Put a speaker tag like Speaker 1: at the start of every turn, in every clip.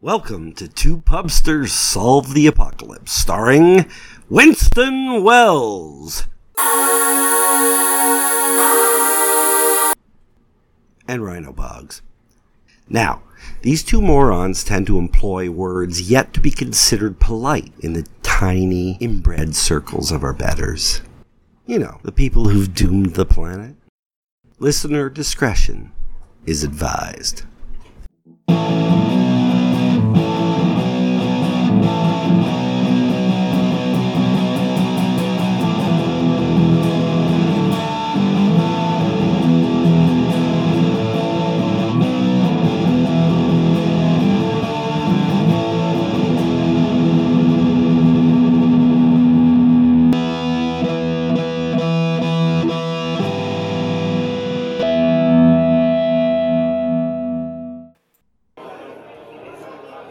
Speaker 1: Welcome to Two Pubsters Solve the Apocalypse, starring Winston Wells. And Rhino Boggs. Now, these two morons tend to employ words yet to be considered polite in the tiny, inbred circles of our betters. You know, the people who've doomed the planet. Listener discretion is advised.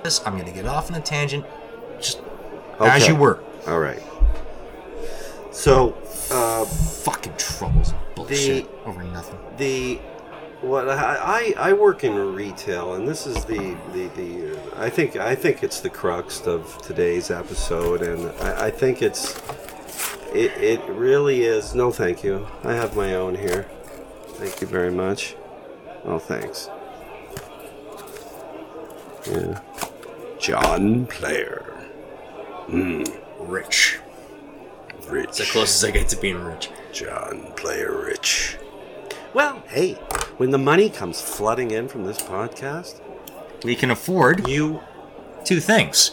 Speaker 2: this. I'm going to get off on a tangent. Just as you were.
Speaker 1: All right. So, uh,
Speaker 2: Fucking troubles and bullshit over nothing.
Speaker 1: the what I, I I work in retail, and this is the the the uh, I think I think it's the crux of today's episode, and I, I think it's it it really is. No, thank you. I have my own here. Thank you very much. Oh, thanks. Yeah. John Player.
Speaker 2: Rich.
Speaker 1: Rich.
Speaker 2: It's the closest I get to being rich.
Speaker 1: John Player Rich. Well, hey, when the money comes flooding in from this podcast,
Speaker 2: We can afford
Speaker 1: you
Speaker 2: two things.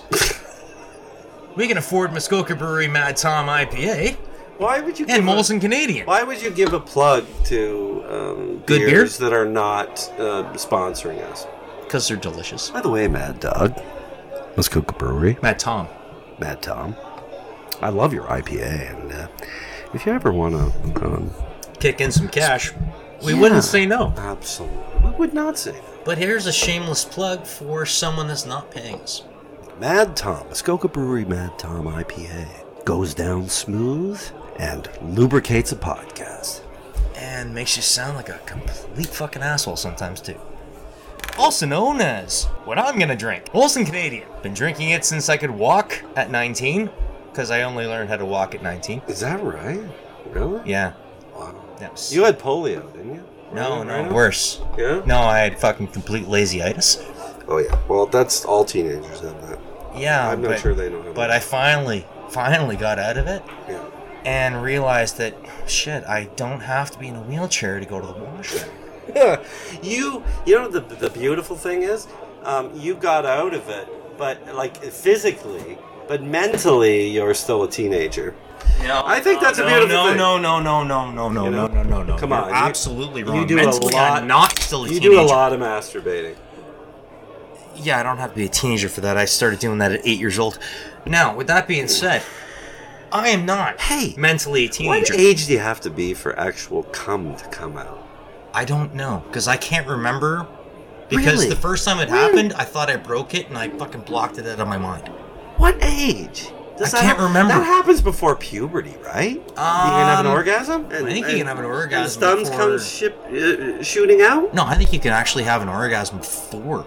Speaker 2: we can afford Muskoka Brewery Mad Tom IPA
Speaker 1: why would you
Speaker 2: and
Speaker 1: give a-
Speaker 2: Molson Canadian.
Speaker 1: why would you give a plug to um,
Speaker 2: Good beer?
Speaker 1: beers that are not uh, sponsoring us?
Speaker 2: Because they're delicious.
Speaker 1: By the way, Mad Dog, let's cook a brewery.
Speaker 2: Mad Tom.
Speaker 1: Mad Tom, I love your IPA, and uh, if you ever want to, um,
Speaker 2: Kick in some cash. We wouldn't say no.
Speaker 1: absolutely, we would not say. that.
Speaker 2: But here's a shameless plug for someone that's not paying us.
Speaker 1: Mad Tom, Muskoka Brewery Mad Tom IPA goes down smooth and lubricates a podcast.
Speaker 2: and makes you sound like a complete fucking asshole sometimes too. Also known as what I'm gonna drink, Olsen Canadian. Been drinking it since I could walk at 19, because I only learned how to walk at 19.
Speaker 1: Is that right? Really?
Speaker 2: Yeah,
Speaker 1: Wow.
Speaker 2: that was.
Speaker 1: You had polio, didn't you?
Speaker 2: no,
Speaker 1: Right,
Speaker 2: no,
Speaker 1: right?
Speaker 2: worse.
Speaker 1: Yeah.
Speaker 2: No, I had fucking complete lazyitis.
Speaker 1: Oh yeah. Well, that's all teenagers have that.
Speaker 2: Yeah,
Speaker 1: I'm not
Speaker 2: but,
Speaker 1: sure they know how
Speaker 2: But
Speaker 1: much.
Speaker 2: I finally, finally got out of it
Speaker 1: Yeah.
Speaker 2: and realized that shit, I don't have to be in a wheelchair to go to the washroom.
Speaker 1: Yeah. You you know the the beautiful thing is, um, you got out of it, but like physically, but mentally you're still a teenager.
Speaker 2: No,
Speaker 1: I think
Speaker 2: no,
Speaker 1: that's a
Speaker 2: no,
Speaker 1: beautiful
Speaker 2: no,
Speaker 1: thing.
Speaker 2: No, no, no, no, no, no,
Speaker 1: You know?
Speaker 2: no, no, no, no.
Speaker 1: Come
Speaker 2: You're
Speaker 1: on, you-
Speaker 2: absolutely
Speaker 1: you
Speaker 2: wrong.
Speaker 1: do a
Speaker 2: Mentally,
Speaker 1: lot-
Speaker 2: I'm not still a
Speaker 1: You
Speaker 2: teenager.
Speaker 1: do a lot of masturbating.
Speaker 2: Yeah, I don't have to be a teenager for that. I started doing that at eight years old. Now, with that being said, I am not
Speaker 1: Hey,
Speaker 2: mentally a
Speaker 1: What
Speaker 2: teenager.
Speaker 1: age do you have to be for actual cum to come out?
Speaker 2: I don't know because I can't remember. Because
Speaker 1: Really?
Speaker 2: the first time it happened, I thought I broke it and I fucking blocked it out of my mind.
Speaker 1: What age?
Speaker 2: I can't remember.
Speaker 1: That happens before puberty, right? you can have an
Speaker 2: Um,
Speaker 1: orgasm. And,
Speaker 2: think you can have an orgasm
Speaker 1: And thumbs
Speaker 2: before-
Speaker 1: comes ship, uh, shooting out.
Speaker 2: No, I think you can actually have an orgasm before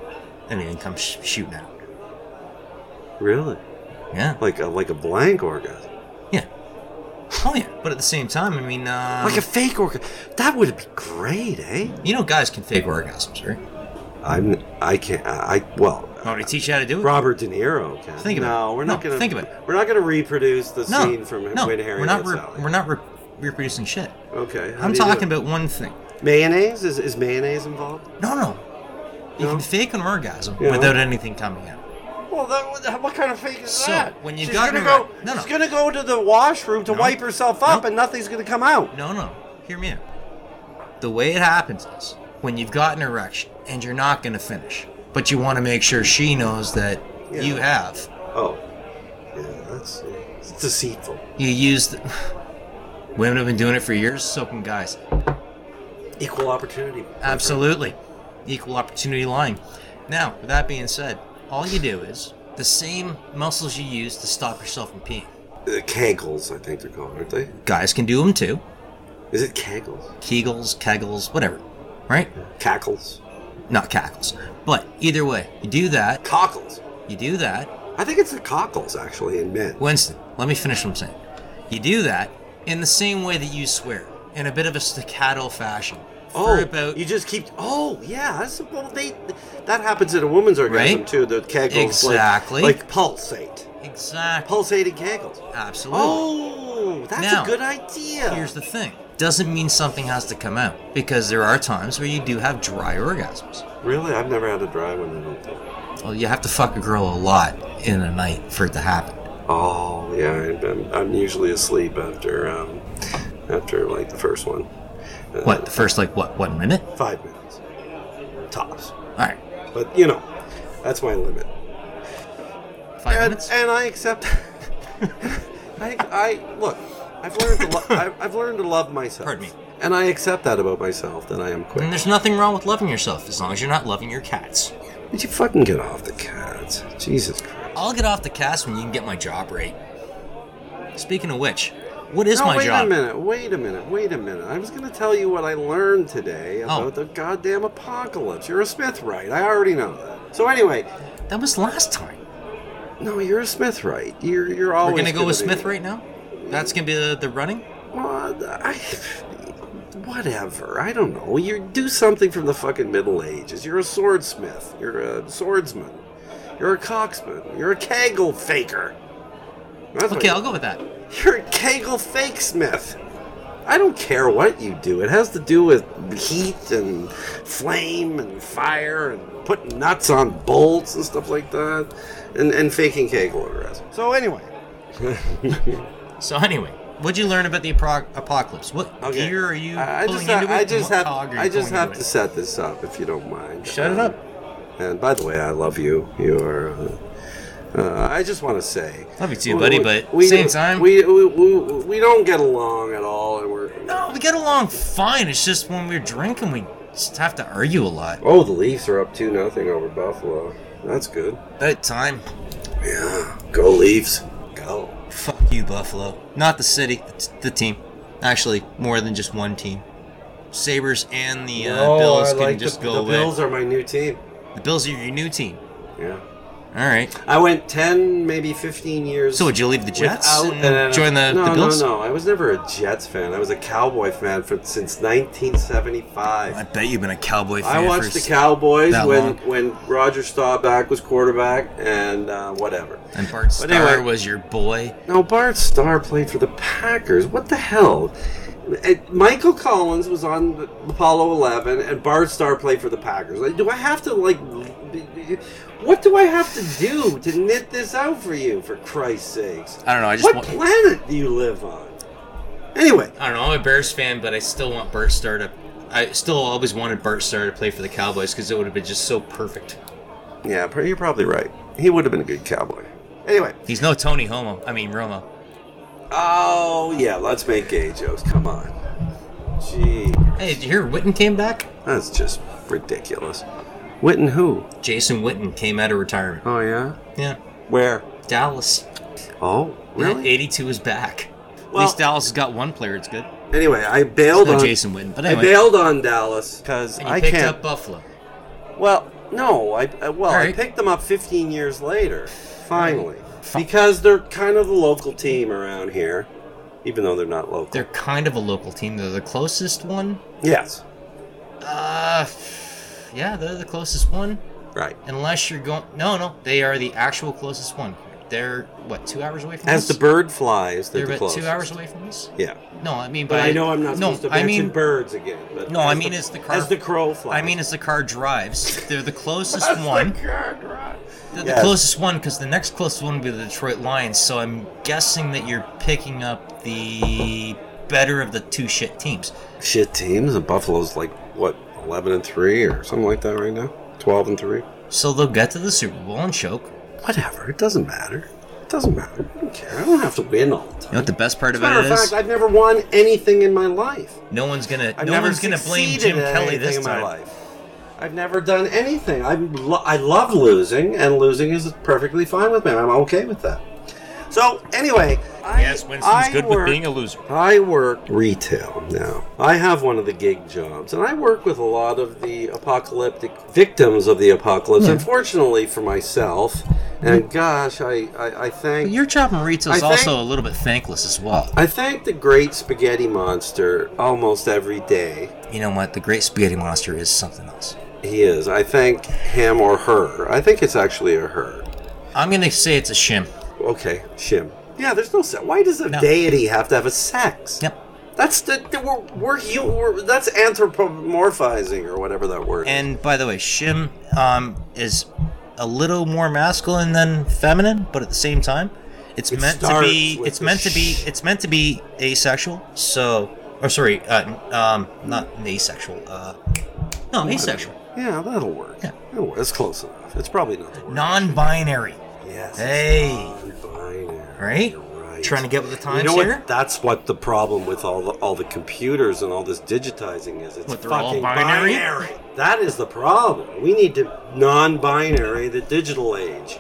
Speaker 2: anything comes sh- shooting out.
Speaker 1: Really?
Speaker 2: Yeah.
Speaker 1: Like a like a blank orgasm.
Speaker 2: Yeah. Oh, yeah. But at the same time, I mean. Um,
Speaker 1: like a fake orgasm. That would be great, eh?
Speaker 2: You know, guys can fake orgasms, right?
Speaker 1: I'm. I can't. I. I- Well,
Speaker 2: No, they teach you how to do it.
Speaker 1: Robert De Niro. Can.
Speaker 2: Think of it.
Speaker 1: no, we're not
Speaker 2: No,
Speaker 1: gonna
Speaker 2: think of it.
Speaker 1: We're not gonna reproduce the
Speaker 2: no,
Speaker 1: scene from
Speaker 2: no,
Speaker 1: When Harry
Speaker 2: we're not.
Speaker 1: Met
Speaker 2: Re-
Speaker 1: Sally.
Speaker 2: we're not re- reproducing shit.
Speaker 1: Okay. how
Speaker 2: I'm
Speaker 1: do you do
Speaker 2: talking
Speaker 1: it?
Speaker 2: about one thing.
Speaker 1: mayonnaise. Is, is mayonnaise involved?
Speaker 2: No, no. You
Speaker 1: No?
Speaker 2: can fake an orgasm
Speaker 1: Yeah.
Speaker 2: without anything coming out.
Speaker 1: Well, that, what- what kind of fake is
Speaker 2: So,
Speaker 1: that?
Speaker 2: when you
Speaker 1: she's
Speaker 2: got
Speaker 1: gonna
Speaker 2: me
Speaker 1: go,
Speaker 2: right- no, no.
Speaker 1: she's gonna go to the washroom to
Speaker 2: No.
Speaker 1: wipe herself up,
Speaker 2: No.
Speaker 1: and nothing's gonna come out.
Speaker 2: No, no. Hear me out. The way it happens is when you've got an erection and you're not going to finish, but you want to make sure she knows that
Speaker 1: Yeah.
Speaker 2: you have.
Speaker 1: Oh, yeah, that's it's deceitful.
Speaker 2: You use. The- Women have been doing it for years, so can guys.
Speaker 1: Equal opportunity.
Speaker 2: Absolutely. Equal opportunity lying. Now, with that being said, all you do is the same muscles you use to stop yourself from peeing.
Speaker 1: Uh, Kegels, I think they're called, aren't they?
Speaker 2: Guys can do them too.
Speaker 1: Is it Kegels?
Speaker 2: Kegels, kegels, whatever. Right?
Speaker 1: Cackles.
Speaker 2: Not cackles. But either way, you do that.
Speaker 1: Cockles.
Speaker 2: You do that.
Speaker 1: I think it's the cockles actually in men.
Speaker 2: Winston, let me finish what I'm saying. You do that in the same way that you swear, in a bit of a staccato fashion.
Speaker 1: Oh,
Speaker 2: for about
Speaker 1: you just keep. Oh, yeah. That's well, they that happens in a woman's orgasm
Speaker 2: Right?
Speaker 1: too. The kegels like-
Speaker 2: Exactly.
Speaker 1: like, pulsate,
Speaker 2: exactly
Speaker 1: pulsating kegels.
Speaker 2: absolutely.
Speaker 1: Oh, that's
Speaker 2: Now,
Speaker 1: a good idea.
Speaker 2: Here's the thing. Doesn't mean something has to come out because there are times where you do have dry orgasms.
Speaker 1: really, I've never had a dry one. I don't think.
Speaker 2: Well, you have to fuck a girl a lot in a night for it to happen.
Speaker 1: Oh, yeah. I'm, I'm, I'm usually asleep after um, after like the first one. Uh,
Speaker 2: What the first like what one minute?
Speaker 1: Five minutes, tops.
Speaker 2: All right,
Speaker 1: But you know, that's my limit.
Speaker 2: five
Speaker 1: and,
Speaker 2: minutes.
Speaker 1: and I accept. I, I look. I've learned to lo- I, I've learned to love myself.
Speaker 2: Pardon me.
Speaker 1: And I accept that about myself that I am quick.
Speaker 2: And there's nothing wrong with loving yourself as long as you're not loving your cats.
Speaker 1: Did you fucking get off the cats? Jesus Christ!
Speaker 2: I'll get off the cast when you can get my job right. Speaking of which, what is
Speaker 1: no,
Speaker 2: my
Speaker 1: wait
Speaker 2: job?
Speaker 1: a minute. Wait a minute. Wait a minute. I was going to tell you what I learned today about
Speaker 2: Oh.
Speaker 1: the goddamn apocalypse. You're a Smithwright. I already know that. So anyway,
Speaker 2: That was last time.
Speaker 1: no, you're a Smithwright. You're you're
Speaker 2: We're
Speaker 1: always
Speaker 2: gonna go with
Speaker 1: be-
Speaker 2: Smith right now. That's gonna be the, the running.
Speaker 1: Well, I, whatever. I don't know. You do something from the fucking Middle Ages. You're a swordsmith. You're a swordsman. You're a coxman. You're a kegel faker. That's what
Speaker 2: Okay,
Speaker 1: you-
Speaker 2: I'll go with that.
Speaker 1: You're a kegel fake smith. I don't care what you do. It has to do with heat and flame and fire and putting nuts on bolts and stuff like that, and and faking kegel orgasm. So anyway,
Speaker 2: So anyway, what'd you learn about the apro- apocalypse? What gear are you
Speaker 1: I I
Speaker 2: pulling
Speaker 1: just
Speaker 2: into
Speaker 1: have,
Speaker 2: it?
Speaker 1: I
Speaker 2: and
Speaker 1: just
Speaker 2: what
Speaker 1: have,
Speaker 2: cog are you
Speaker 1: I just
Speaker 2: pulling
Speaker 1: have
Speaker 2: into
Speaker 1: to set this up if you don't mind. Um,
Speaker 2: Shut it up.
Speaker 1: And by the way, I love you. You are. Uh, uh, I just want to say.
Speaker 2: Love you too, buddy, but same time-
Speaker 1: we, we we we don't get along at all, and we're
Speaker 2: it? No, we get along fine. It's just when we're drinking, we just have to argue a lot.
Speaker 1: oh, the Leafs are up two nothing over Buffalo. That's good.
Speaker 2: That time,
Speaker 1: Yeah, go Leafs. Go.
Speaker 2: fuck you, Buffalo. Not the city, the, t- the team. Actually, more than just one team. Sabers and the uh,
Speaker 1: Oh,
Speaker 2: Bills
Speaker 1: I
Speaker 2: can
Speaker 1: like
Speaker 2: just
Speaker 1: the,
Speaker 2: go
Speaker 1: the
Speaker 2: away.
Speaker 1: Bills are my new team.
Speaker 2: The Bills are your new team.
Speaker 1: Yeah,
Speaker 2: All right.
Speaker 1: I went ten, maybe fifteen years.
Speaker 2: So would you leave the Jets
Speaker 1: Without-
Speaker 2: and
Speaker 1: no, no, no.
Speaker 2: join the,
Speaker 1: no,
Speaker 2: the Bills?
Speaker 1: No, no, I was never a Jets fan. I was a Cowboy fan for since 1975.
Speaker 2: I bet you've been a Cowboy fan.
Speaker 1: I watched
Speaker 2: for
Speaker 1: the
Speaker 2: s-
Speaker 1: Cowboys
Speaker 2: that
Speaker 1: when
Speaker 2: long.
Speaker 1: when Roger Staubach was quarterback and uh, whatever.
Speaker 2: And Bart Starr
Speaker 1: But anyway-
Speaker 2: was your boy.
Speaker 1: Now Bart Starr played for the Packers. What the hell? Uh, Michael Collins was on the- Apollo 11, and Bart Starr played for the Packers. Like, do I have to like? b- b- What do I have to do to knit this out for you? For Christ's sakes!
Speaker 2: I don't know. I just
Speaker 1: what
Speaker 2: want.
Speaker 1: planet do you live on? Anyway,
Speaker 2: I don't know. I'm a Bears fan, but I still want Bart Starr to. I still always wanted Bart Starr to play for the Cowboys because it would have been just so perfect.
Speaker 1: yeah, pr- you're probably right. He would have been a good cowboy. Anyway,
Speaker 2: He's no Tony Homo. I mean Romo.
Speaker 1: oh yeah, let's make gay jokes. Come on, gee,
Speaker 2: Hey, did you hear Witten came back?
Speaker 1: that's just ridiculous. Witten who?
Speaker 2: Jason Witten came out of retirement.
Speaker 1: Oh yeah,
Speaker 2: Yeah,
Speaker 1: where?
Speaker 2: Dallas.
Speaker 1: Oh
Speaker 2: Yeah,
Speaker 1: really?
Speaker 2: 82 is back. At
Speaker 1: Well-
Speaker 2: least Dallas has got one player. It's good.
Speaker 1: Anyway, I bailed
Speaker 2: No
Speaker 1: on
Speaker 2: Jason Witten, but
Speaker 1: I
Speaker 2: anyway.
Speaker 1: bailed on Dallas because
Speaker 2: And you
Speaker 1: I
Speaker 2: picked
Speaker 1: can't.
Speaker 2: up Buffalo.
Speaker 1: Well, no, I I- well, I
Speaker 2: Alright.
Speaker 1: picked them up 15 years later, finally, because they're kind of the local team around here, even though they're not local.
Speaker 2: They're kind of a local team. They're the closest one.
Speaker 1: yes,
Speaker 2: Uh, yeah, they're the closest one.
Speaker 1: right.
Speaker 2: Unless you're going, no, no, they are the actual closest one. They're what two hours away from
Speaker 1: As the
Speaker 2: us?
Speaker 1: bird flies, they're,
Speaker 2: They're
Speaker 1: the
Speaker 2: about
Speaker 1: closest.
Speaker 2: two hours away from us.
Speaker 1: Yeah,
Speaker 2: No, I mean,
Speaker 1: but
Speaker 2: by,
Speaker 1: I know I'm not
Speaker 2: no,
Speaker 1: supposed to
Speaker 2: I
Speaker 1: mention
Speaker 2: mean,
Speaker 1: birds again. But
Speaker 2: No, I
Speaker 1: as
Speaker 2: mean
Speaker 1: the,
Speaker 2: as the car-
Speaker 1: as the crow flies.
Speaker 2: I mean as the car drives. They're the closest
Speaker 1: As the
Speaker 2: one.
Speaker 1: car drives.
Speaker 2: They're
Speaker 1: Yes.
Speaker 2: the closest one because the next closest one would be the Detroit Lions. So I'm guessing that you're picking up the better of the two shit teams.
Speaker 1: Shit teams. The Buffalo's like what, 11 and three or something like that right now. 12 and three.
Speaker 2: So they'll get to the Super Bowl and choke.
Speaker 1: Whatever. It doesn't matter. It doesn't matter. I don't care. I don't have to win all the time.
Speaker 2: You know what the best part
Speaker 1: As a
Speaker 2: about
Speaker 1: matter
Speaker 2: it
Speaker 1: of fact,
Speaker 2: is?
Speaker 1: I've never won anything in my life.
Speaker 2: No one's gonna.
Speaker 1: I've
Speaker 2: no
Speaker 1: never
Speaker 2: one's gonna blame
Speaker 1: succeeded
Speaker 2: Jim
Speaker 1: at
Speaker 2: Kelly
Speaker 1: anything
Speaker 2: this
Speaker 1: in
Speaker 2: time.
Speaker 1: my life. I've never done anything. I'm lo- I love losing, and losing is perfectly fine with me. I'm okay with that. So anyway, I-
Speaker 3: Yes, Winston's
Speaker 1: I
Speaker 3: good
Speaker 1: work,
Speaker 3: with being a loser.
Speaker 1: I work retail now. I have one of the gig jobs, and I work with a lot of the apocalyptic victims of the apocalypse. Unfortunately for myself, and gosh, I I, I thank
Speaker 2: Your job in retail is
Speaker 1: I think-
Speaker 2: also a little bit thankless as well.
Speaker 1: I thank the great spaghetti monster almost every day.
Speaker 3: You know what? The great spaghetti monster is something else.
Speaker 1: He is. I thank him or her. I think it's actually a her.
Speaker 2: I'm gonna say it's a shim.
Speaker 1: Okay, Shim. Yeah, there's no sex. Why does a
Speaker 2: No.
Speaker 1: deity have to have a sex?
Speaker 2: Yep.
Speaker 1: That's the, the we're, we're, hu- we're that's anthropomorphizing or whatever that word. is.
Speaker 2: And by the way, shim um, is a little more masculine than feminine, but at the same time, it's
Speaker 1: It
Speaker 2: meant to
Speaker 1: starts
Speaker 2: be.
Speaker 1: with
Speaker 2: It's
Speaker 1: the
Speaker 2: meant to be.
Speaker 1: sh-
Speaker 2: It's meant to be asexual. So, or sorry, uh, um, not asexual. Uh, no, asexual.
Speaker 1: yeah, that'll work.
Speaker 2: Yeah.
Speaker 1: That'll work. That's close enough. It's probably not the word.
Speaker 3: Non-binary,
Speaker 1: Yes.
Speaker 3: Hey.
Speaker 1: Right.
Speaker 3: right? Trying to get with the times
Speaker 1: You know
Speaker 3: here.
Speaker 1: what? That's what the problem with all the, all the computers and all this digitizing is. It's
Speaker 3: What, they're all
Speaker 1: fucking
Speaker 3: binary?
Speaker 1: That is the problem. We need to non-binary the digital age.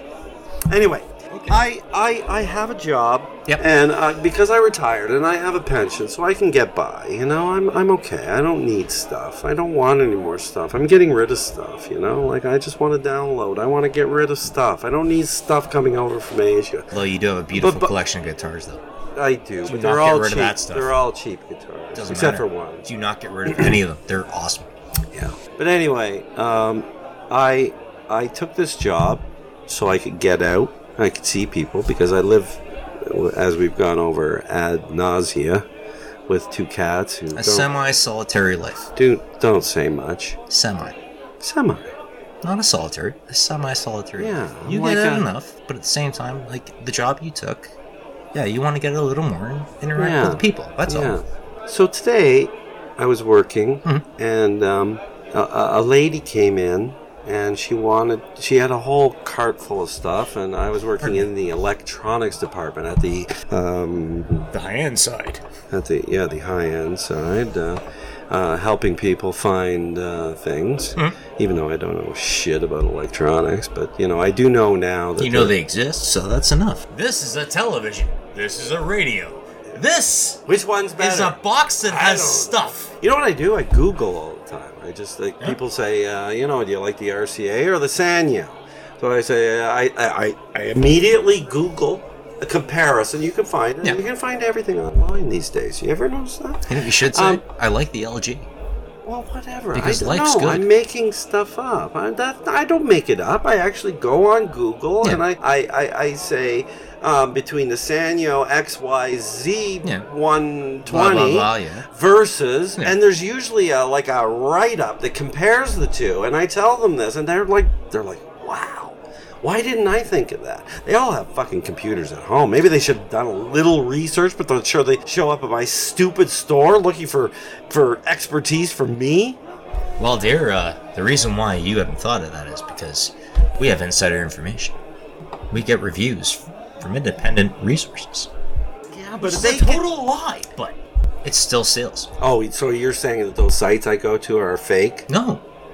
Speaker 1: Anyway, I, I I have a job,
Speaker 2: Yep.
Speaker 1: and uh, because I retired and I have a pension, so I can get by. You know, I'm I'm okay. I don't need stuff. I don't want any more stuff. I'm getting rid of stuff. You know, like I just want to download. I want to get rid of stuff. I don't need stuff coming over from Asia.
Speaker 3: Though you do have a beautiful
Speaker 1: but-
Speaker 3: collection of guitars, though.
Speaker 1: I do,
Speaker 3: Do
Speaker 1: but they're
Speaker 3: not get
Speaker 1: all
Speaker 3: rid of
Speaker 1: cheap.
Speaker 3: that stuff.
Speaker 1: They're all cheap guitars,
Speaker 3: Doesn't
Speaker 1: except
Speaker 3: matter.
Speaker 1: for one.
Speaker 3: Do not get rid of any of them. They're awesome.
Speaker 1: Yeah. But anyway, um, I I took this job so I could get out. I could see people because I live, as we've gone over, ad nausea, with two cats who
Speaker 3: A
Speaker 1: don't,
Speaker 3: semi-solitary life.
Speaker 1: do, don't say much.
Speaker 3: Semi.
Speaker 1: Semi.
Speaker 3: Not a solitary. A semi-solitary.
Speaker 1: Yeah,
Speaker 3: life. You
Speaker 1: like
Speaker 3: get out
Speaker 1: a-
Speaker 3: enough, but at the same time, like the job you took, yeah, you want to get a little more and interact
Speaker 1: Yeah.
Speaker 3: with the people. That's all.
Speaker 1: Yeah. So today, I was working,
Speaker 2: Hmm.
Speaker 1: and um, a- a, a lady came in, and she wanted. She had a whole cart full of stuff, and I was working in the electronics department at the um,
Speaker 3: The high end side.
Speaker 1: at the yeah the high end side, uh, uh, helping people find uh, things.
Speaker 2: Hmm.
Speaker 1: Even though I don't know shit about electronics, but you know I do know now that
Speaker 2: You know
Speaker 1: the-
Speaker 2: they exist, so that's enough.
Speaker 3: This is a television. This is a radio. This
Speaker 1: which one's better.
Speaker 3: is a box that has
Speaker 1: don't know.
Speaker 3: stuff.
Speaker 1: You know what I do? I Google all the time. I just like people say, uh, you know, do you like the RCA or the Sanyo? So I say, uh, I, I, I- I immediately Google a comparison. You can find it.
Speaker 2: Yeah.
Speaker 1: You can find everything online these days. You ever notice that?
Speaker 2: You know what you should say?
Speaker 1: Um,
Speaker 2: I like the LG.
Speaker 1: Well, whatever.
Speaker 2: Because
Speaker 1: I,
Speaker 2: life's
Speaker 1: no,
Speaker 2: good.
Speaker 1: I'm making stuff up. I, that, I don't make it up. I actually go on Google
Speaker 2: Yeah.
Speaker 1: and I, I, I, I say um, between the Sanyo XYZ
Speaker 2: Yeah.
Speaker 1: 120
Speaker 2: Blah blah blah. Yeah.
Speaker 1: versus
Speaker 2: Yeah.
Speaker 1: and there's usually a, like a write-up that compares the two and i tell them this and they're like they're like wow why didn't i think of that they all have fucking computers at home maybe they should have done a little research but they're sure they show up at my stupid store looking for for expertise from me
Speaker 2: Well, dear, uh, the reason why you haven't thought of that is because we have insider information. We get reviews from independent resources.
Speaker 1: yeah but
Speaker 2: It's a total lie, but it's still sales.
Speaker 1: oh so you're saying that those sites i go to are fake
Speaker 2: No,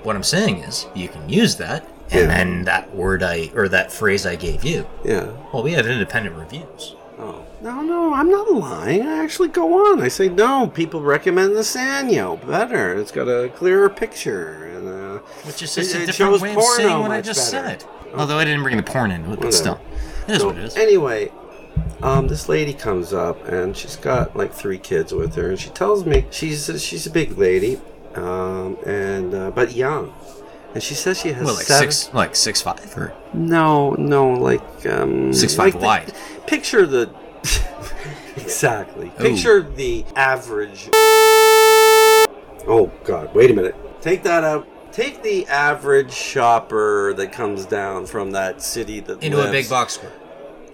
Speaker 2: what I'm saying is you can use that,
Speaker 1: Yeah.
Speaker 2: and then that word I or that phrase I gave you.
Speaker 1: yeah
Speaker 2: Well, we have independent reviews.
Speaker 1: Oh. No, no, I'm not lying. I actually go on. I say, no, people recommend the Sanyo better. It's got a clearer picture. And, uh,
Speaker 2: Which is just
Speaker 1: It-
Speaker 2: a
Speaker 1: it
Speaker 2: different
Speaker 1: shows
Speaker 2: way of
Speaker 1: porno
Speaker 2: saying what I
Speaker 1: much
Speaker 2: just
Speaker 1: better.
Speaker 2: said. Although I didn't bring the porn into it, but still. It is
Speaker 1: so
Speaker 2: what it is.
Speaker 1: Anyway, um, this lady comes up and she's got like three kids with her. And she tells me she's a, she's a big lady, um, and uh, but young. And she says she has
Speaker 2: Well, like
Speaker 1: seven-
Speaker 2: six, like six five, or
Speaker 1: No, no, like um,
Speaker 2: Six
Speaker 1: like
Speaker 2: five wide.
Speaker 1: Picture the exactly. Picture the average. Oh God! Wait a minute. Take that out. Take the average shopper that comes down from that city that
Speaker 3: Into a
Speaker 1: lives-
Speaker 3: big box square.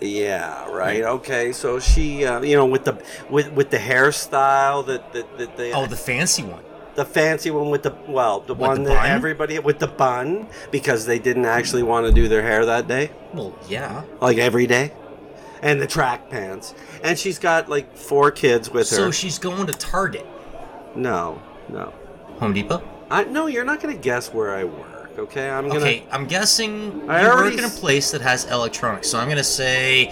Speaker 1: Yeah, right. Okay, so she, uh, you know, with the with with the hairstyle that that, that they
Speaker 3: Oh, the fancy one.
Speaker 1: the fancy one with the well the one
Speaker 3: the
Speaker 1: that
Speaker 3: bun?
Speaker 1: everybody with the bun because they didn't actually want to do their hair that day
Speaker 3: Well, yeah.
Speaker 1: like every day, and the track pants. And she's got like four kids with her.
Speaker 3: So she's going to Target,
Speaker 1: no, no,
Speaker 3: Home Depot.
Speaker 1: I no. You're not gonna guess where I work, okay? I'm gonna.
Speaker 3: Okay, I'm guessing
Speaker 1: I
Speaker 3: you
Speaker 1: already
Speaker 3: work in a
Speaker 1: s-
Speaker 3: place that has electronics, so I'm gonna say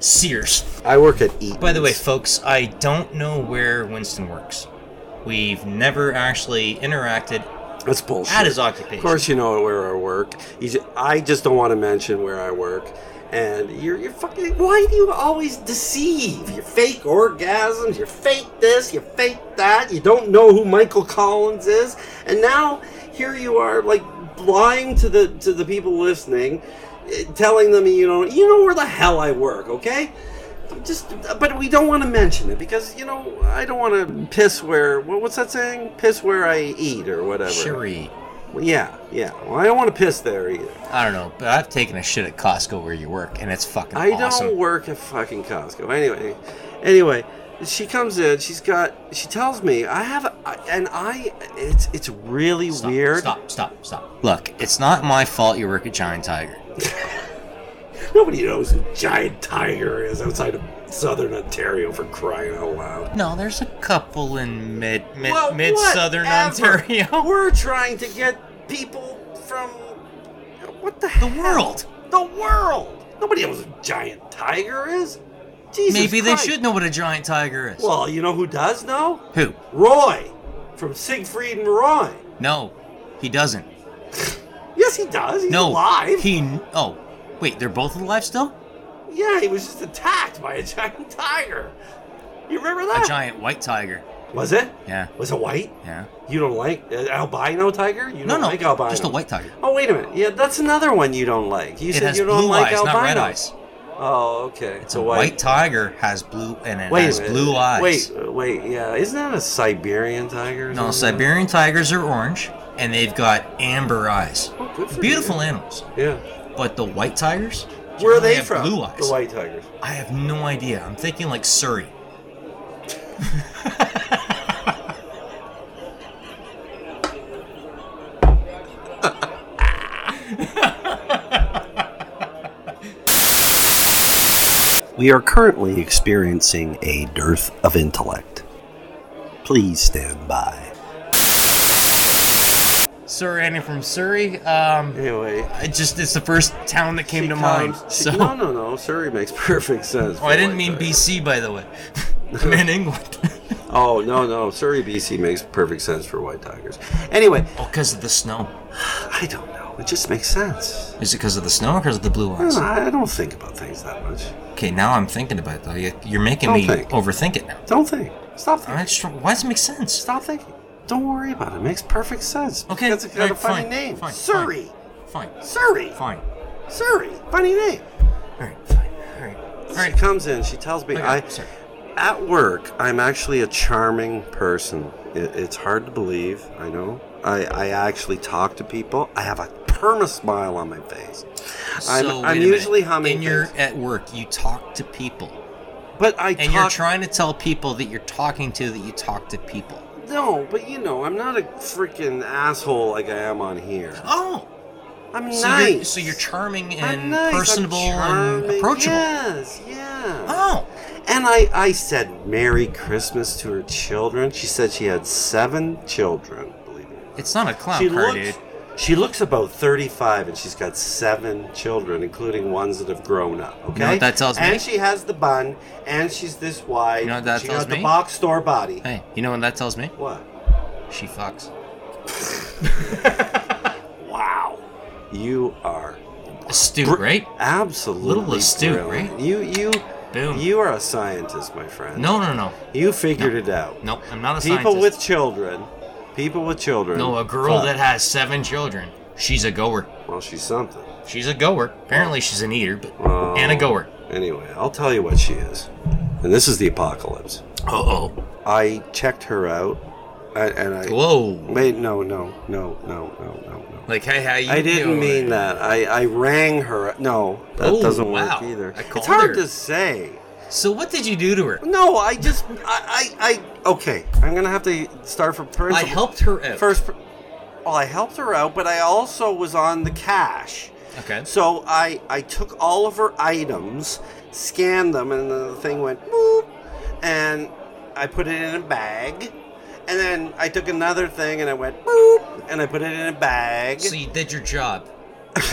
Speaker 2: Sears.
Speaker 1: I work at Eaton's.
Speaker 2: By the way, folks, I don't know where Winston works. We've never actually interacted
Speaker 1: that's bullshit.
Speaker 2: at his occupation.
Speaker 1: Of course, you know where I work. You ju- I just don't want to mention where I work. And you're, you're fucking. Why do you always deceive? Your fake orgasms, your fake this, your fake that. You don't know who Michael Collins is, and now here you are, like lying to the to the people listening, eh, telling them you know you know where the hell I work. Okay, just but we don't want to mention it because you know I don't want to piss where what- what's that saying? Piss where I eat or whatever.
Speaker 2: Sherry.
Speaker 1: Well, yeah, yeah. Well, I don't want to piss there either.
Speaker 2: I don't know, but I've taken a shit at Costco where you work, and it's fucking
Speaker 1: I
Speaker 2: awesome.
Speaker 1: don't work at fucking Costco. Anyway, anyway, she comes in. She's got. She tells me I have, a, and I. It's it's really
Speaker 2: Stop,
Speaker 1: weird.
Speaker 2: Stop, stop, stop. Look, it's not my fault you work at Giant Tiger.
Speaker 1: Nobody knows who Giant Tiger is outside of Southern Ontario for crying out loud.
Speaker 2: No, there's a couple in mid mid
Speaker 1: Well,
Speaker 2: mid southern
Speaker 1: whatever.
Speaker 2: Ontario.
Speaker 1: We're trying to get people from what the
Speaker 2: The
Speaker 1: hell?
Speaker 2: world.
Speaker 1: The world. Nobody knows who Giant Tiger is. Jesus
Speaker 2: Maybe they
Speaker 1: Christ.
Speaker 2: should know what a giant tiger is.
Speaker 1: Well, you know who does know?
Speaker 2: Who?
Speaker 1: Roy from Siegfried and Roy.
Speaker 2: No, he doesn't.
Speaker 1: Yes, he does. He's
Speaker 2: no,
Speaker 1: alive.
Speaker 2: He. Oh, wait, they're both alive still.
Speaker 1: yeah, he was just attacked by a giant tiger. You remember
Speaker 2: A
Speaker 1: that?
Speaker 2: giant white tiger.
Speaker 1: was it?
Speaker 2: Yeah,
Speaker 1: Was it white?
Speaker 2: yeah.
Speaker 1: You don't like uh, albino tiger? You
Speaker 2: No,
Speaker 1: don't
Speaker 2: no,
Speaker 1: like albino?
Speaker 2: just a white tiger.
Speaker 1: Oh wait a minute. Yeah, that's another one you don't like. You
Speaker 2: it
Speaker 1: said
Speaker 2: has
Speaker 1: you don't
Speaker 2: blue
Speaker 1: like
Speaker 2: eyes,
Speaker 1: albino.
Speaker 2: not red eyes.
Speaker 1: Oh, okay.
Speaker 2: It's a white. tiger has blue and it
Speaker 1: Wait, a
Speaker 2: has
Speaker 1: minute.
Speaker 2: blue eyes.
Speaker 1: Wait, uh, wait. Yeah, isn't that a Siberian tiger? or
Speaker 2: No,
Speaker 1: something?
Speaker 2: Siberian tigers are orange and they've got amber eyes.
Speaker 1: Oh, good for
Speaker 2: Beautiful animals.
Speaker 1: you. Yeah.
Speaker 2: But the white tigers?
Speaker 1: Where are
Speaker 2: generally
Speaker 1: they
Speaker 2: have
Speaker 1: from?
Speaker 2: Blue eyes.
Speaker 1: The white tigers.
Speaker 2: I have no idea. I'm thinking like Surrey.
Speaker 1: We are currently experiencing a dearth of intellect. Please stand by.
Speaker 3: Sir Annie from Surrey. Um,
Speaker 1: Anyway,
Speaker 3: I just it's the first town that came
Speaker 1: she
Speaker 3: to
Speaker 1: comes-
Speaker 3: mind.
Speaker 1: she-
Speaker 3: So,
Speaker 1: no, no, no. Surrey makes perfect sense.
Speaker 2: Oh, I didn't
Speaker 1: for
Speaker 2: mean
Speaker 1: like that.
Speaker 2: BC, by the way. I meant England.
Speaker 1: Oh no, no. Surrey, BC makes perfect sense for white tigers. Anyway,
Speaker 2: oh, because of the snow.
Speaker 1: I don't know. It just makes sense.
Speaker 2: Is it because of the snow or because of the blue
Speaker 1: I
Speaker 2: eyes?
Speaker 1: don't, know, I don't think about things that much.
Speaker 2: Okay, now I'm thinking about it though. You- You're making
Speaker 1: Don't
Speaker 2: me
Speaker 1: think.
Speaker 2: overthink it now.
Speaker 1: Don't think. Stop
Speaker 2: All
Speaker 1: thinking.
Speaker 2: right, just- why does it make sense?
Speaker 1: Stop thinking. Don't worry about it. It makes perfect sense.
Speaker 2: Okay,
Speaker 1: That's a, got
Speaker 2: all
Speaker 1: a
Speaker 2: right,
Speaker 1: funny
Speaker 2: fine,
Speaker 1: name.
Speaker 2: fine,
Speaker 1: Surrey.
Speaker 2: Fine,
Speaker 1: Surrey.
Speaker 2: fine.
Speaker 1: Surrey. Funny name.
Speaker 2: All right, fine. All right, all
Speaker 1: She
Speaker 2: right.
Speaker 1: comes in. She tells me
Speaker 2: Okay,
Speaker 1: I.
Speaker 2: sorry.
Speaker 1: At work, I'm actually a charming person. It, it's hard to believe, I know. I, I actually talk to people. I have a perma smile on my face. I'm,
Speaker 2: So,
Speaker 1: I'm
Speaker 2: wait a
Speaker 1: usually
Speaker 2: minute.
Speaker 1: humming.
Speaker 2: And you're
Speaker 1: things.
Speaker 2: at work. You talk to people,
Speaker 1: but I
Speaker 2: and you're
Speaker 1: talk.
Speaker 2: trying to tell people that you're talking to that you talk to people.
Speaker 1: no, but you know, I'm not a freaking asshole like I am on here.
Speaker 2: Oh,
Speaker 1: I'm
Speaker 2: so
Speaker 1: nice.
Speaker 2: you're so you're charming
Speaker 1: I'm
Speaker 2: and
Speaker 1: nice, I'm
Speaker 2: personable and
Speaker 1: charming.
Speaker 2: approachable.
Speaker 1: Yes, yeah.
Speaker 2: Oh,
Speaker 1: And I, I said Merry Christmas to her children. She said she had seven children, believe it or not.
Speaker 2: it's not a clown
Speaker 1: she
Speaker 2: car,
Speaker 1: looks,
Speaker 2: dude.
Speaker 1: she looks about 35 and she's got seven children, including ones that have grown up. Okay.
Speaker 2: what that tells me?
Speaker 1: And she has the bun and she's this wide.
Speaker 2: You know what that
Speaker 1: she
Speaker 2: tells
Speaker 1: got
Speaker 2: me?
Speaker 1: the box store body.
Speaker 2: Hey, you know what that tells me?
Speaker 1: What?
Speaker 2: She fucks.
Speaker 1: Wow. You are
Speaker 2: Astute,
Speaker 1: br-
Speaker 2: right?
Speaker 1: absolutely
Speaker 2: Little astute,
Speaker 1: brilliant.
Speaker 2: right?
Speaker 1: You you
Speaker 2: Boom.
Speaker 1: you are a scientist, my friend.
Speaker 2: No, no, no,
Speaker 1: You figured it out.
Speaker 2: no. I'm not a
Speaker 1: People
Speaker 2: scientist.
Speaker 1: with children. People with children.
Speaker 2: no, a girl
Speaker 1: fuck.
Speaker 2: that has seven children. She's a goer.
Speaker 1: Well, she's something.
Speaker 2: She's a goer. Apparently, she's an eater, but
Speaker 1: Well,
Speaker 2: and a goer.
Speaker 1: Anyway, I'll tell you what she is. And this is the apocalypse.
Speaker 2: Uh oh.
Speaker 1: I checked her out, and, and I
Speaker 2: Whoa.
Speaker 1: wait. No, no, no, no, no, no, no.
Speaker 2: Like, hey, how you?
Speaker 1: I didn't
Speaker 2: doing?
Speaker 1: mean that. I I rang her. No, that
Speaker 2: Oh,
Speaker 1: doesn't
Speaker 2: wow.
Speaker 1: work either.
Speaker 2: I
Speaker 1: It's
Speaker 2: called
Speaker 1: hard
Speaker 2: her.
Speaker 1: to say.
Speaker 2: So, what did you do to her?
Speaker 1: No, I just I I, I okay. I'm gonna have to start from principle.
Speaker 2: I helped her out.
Speaker 1: first. pr- Well, I helped her out, but I also was on the cash.
Speaker 2: Okay.
Speaker 1: So I I took all of her items, scanned them, and the thing went boop, and I put it in a bag, and then I took another thing and I went boop, and I put it in a bag.
Speaker 2: So you did your job.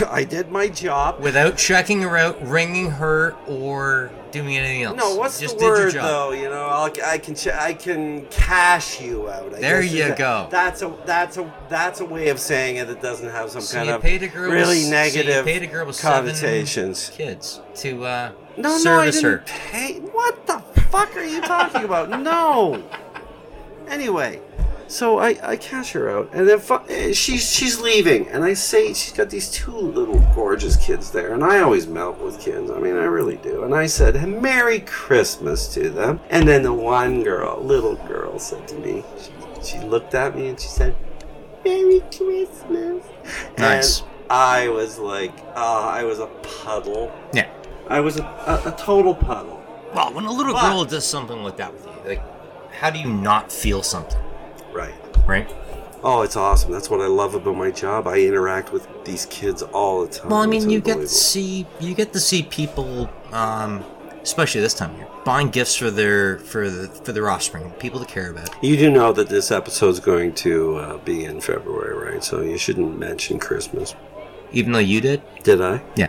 Speaker 1: I did my job.
Speaker 3: without checking her out, ringing her, or doing anything else.
Speaker 1: No, what's
Speaker 3: You just
Speaker 1: the
Speaker 3: did your
Speaker 1: word
Speaker 3: job.
Speaker 1: though? You know, I'll, I can ch- I can cash you out. I
Speaker 3: There
Speaker 1: guess is
Speaker 3: you
Speaker 1: that-
Speaker 3: go.
Speaker 1: That's a that's a that's a way of saying it that doesn't have some
Speaker 3: So
Speaker 1: kind
Speaker 3: you
Speaker 1: of
Speaker 3: paid a girl with-
Speaker 1: really
Speaker 3: so you
Speaker 1: negative
Speaker 3: paid a girl with seven-
Speaker 1: connotations.
Speaker 3: Kids to uh,
Speaker 1: No,
Speaker 3: service
Speaker 1: no, I
Speaker 3: her.
Speaker 1: didn't pay. What the fuck are you talking about? No. Anyway, so I, I cash her out, and then fu- eh, she's she's leaving, and I say she's got these two little gorgeous kids there, and I always melt with kids. I mean, I really do. And I said Merry Christmas to them, and then the one girl, little girl, said to me, she, she looked at me and she said, Merry Christmas.
Speaker 2: Nice.
Speaker 1: And I was like, ah, I was a puddle.
Speaker 2: Yeah.
Speaker 1: I was a, a, a total puddle.
Speaker 2: Well, when a little
Speaker 1: But-
Speaker 2: girl does something like that with you, like, how do you not feel something,
Speaker 1: Right.
Speaker 2: right?
Speaker 1: Oh, it's awesome. That's what I love about my job. I interact with these kids all the time.
Speaker 2: Well, I mean,
Speaker 1: It's
Speaker 2: you get to
Speaker 1: unbelievable.
Speaker 2: see you get to see people, um, especially this time of year, buying gifts for their for the for their offspring, people to care about.
Speaker 1: You do know that this episode's going to uh, be in February, right? So you shouldn't mention Christmas.
Speaker 2: Even though you did,
Speaker 1: Did I?
Speaker 2: yeah.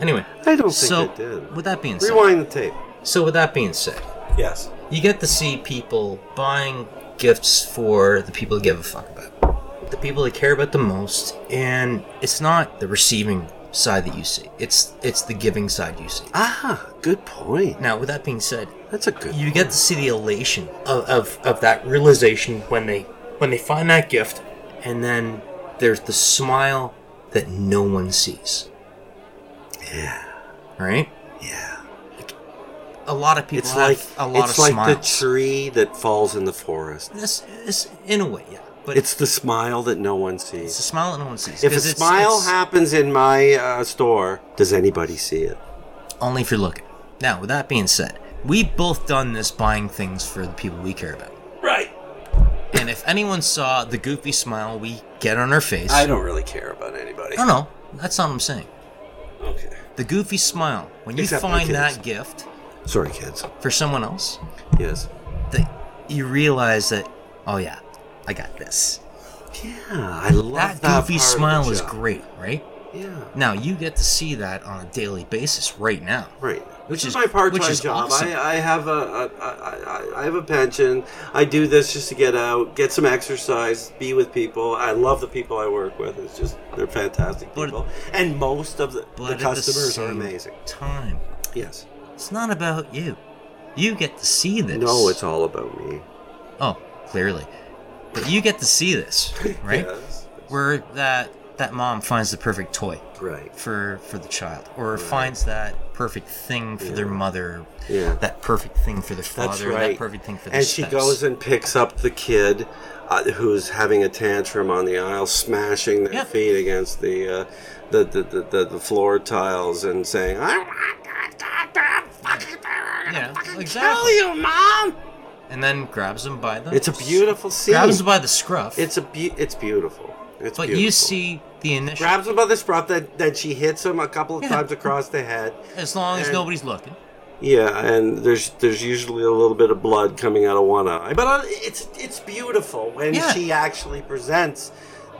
Speaker 2: Anyway,
Speaker 1: I don't think
Speaker 2: so
Speaker 1: I did.
Speaker 2: with that being said,
Speaker 1: Rewind the tape.
Speaker 2: so with that being said,
Speaker 1: Yes.
Speaker 2: you get to see people buying gifts for the people that give a fuck about, the people that care about the most, and it's not the receiving side that you see; it's it's the giving side you see.
Speaker 1: Ah, good point.
Speaker 2: Now, with that being said,
Speaker 1: That's a good.
Speaker 2: you get to see the elation of, of, of that realization when they when they find that gift and then there's the smile that no one sees
Speaker 1: Yeah.
Speaker 2: right
Speaker 1: Yeah.
Speaker 2: a lot of people
Speaker 1: It's
Speaker 2: have
Speaker 1: like
Speaker 2: a lot
Speaker 1: it's
Speaker 2: of
Speaker 1: like
Speaker 2: smiles
Speaker 1: the tree that falls in the forest.
Speaker 2: this is in a way yeah but it's,
Speaker 1: It's the smile that no one sees.
Speaker 2: it's a smile that no one sees
Speaker 1: If a
Speaker 2: 'cause it's-
Speaker 1: smile
Speaker 2: it's
Speaker 1: happens in my uh, store, does anybody see it?
Speaker 2: only if you're looking now with that being said we've both done this buying things for the people we care about
Speaker 1: Right.
Speaker 2: and if anyone saw the goofy smile we get on our face
Speaker 1: I don't really care about anybody.
Speaker 2: no no that's not what i'm saying
Speaker 1: Okay.
Speaker 2: the goofy smile when you
Speaker 1: Except for
Speaker 2: find
Speaker 1: kids.
Speaker 2: that gift
Speaker 1: Sorry, kids.
Speaker 2: for someone else
Speaker 1: Yes.
Speaker 2: that you realize that oh yeah i got this
Speaker 1: Yeah, I love that.
Speaker 2: that goofy
Speaker 1: part of
Speaker 2: smile
Speaker 1: the
Speaker 2: is
Speaker 1: job.
Speaker 2: great right
Speaker 1: Yeah.
Speaker 2: now you get to see that on a daily basis right now
Speaker 1: Right.
Speaker 2: Which
Speaker 1: This
Speaker 2: is-
Speaker 1: my part-time
Speaker 2: which is
Speaker 1: job.
Speaker 2: awesome.
Speaker 1: I, I have a, a I, I- I have a pension. I do this just to get out, get some exercise, be with people. I love the people I work with. It's just they're fantastic
Speaker 2: But-
Speaker 1: people, and most of the,
Speaker 2: but
Speaker 1: the
Speaker 2: at
Speaker 1: customers are
Speaker 2: same
Speaker 1: amazing.
Speaker 2: time
Speaker 1: Yes.
Speaker 2: it's not about you you get to see this
Speaker 1: No, it's all about me.
Speaker 2: oh clearly but you get to see this right
Speaker 1: Yes.
Speaker 2: where that that mom finds the perfect toy
Speaker 1: Right.
Speaker 2: for for the child or finds that perfect thing for their mother
Speaker 1: Yeah.
Speaker 2: that perfect thing for their father
Speaker 1: That's
Speaker 2: that
Speaker 1: right.
Speaker 2: perfect thing for their
Speaker 1: and she
Speaker 2: spouse.
Speaker 1: goes and picks up the kid uh, who's having a tantrum on the aisle, smashing their
Speaker 2: Yeah.
Speaker 1: feet against the, uh, the, the, the, the the floor tiles and saying, "I want to goddamn fucking
Speaker 2: Yeah,
Speaker 1: fucking
Speaker 2: exactly.
Speaker 1: kill you, mom."
Speaker 2: and then grabs him by the
Speaker 1: It's a beautiful scene.
Speaker 2: grabs him by the scruff.
Speaker 1: It's a be- it's beautiful. It's
Speaker 2: but
Speaker 1: beautiful.
Speaker 2: you see the initial
Speaker 1: grabs him by the scruff, then then she hits him a couple of
Speaker 2: Yeah.
Speaker 1: times across the head.
Speaker 2: as long as
Speaker 1: and-
Speaker 2: nobody's looking.
Speaker 1: Yeah, and there's there's usually a little bit of blood coming out of one eye, but uh, it's it's beautiful when
Speaker 2: Yeah.
Speaker 1: she actually presents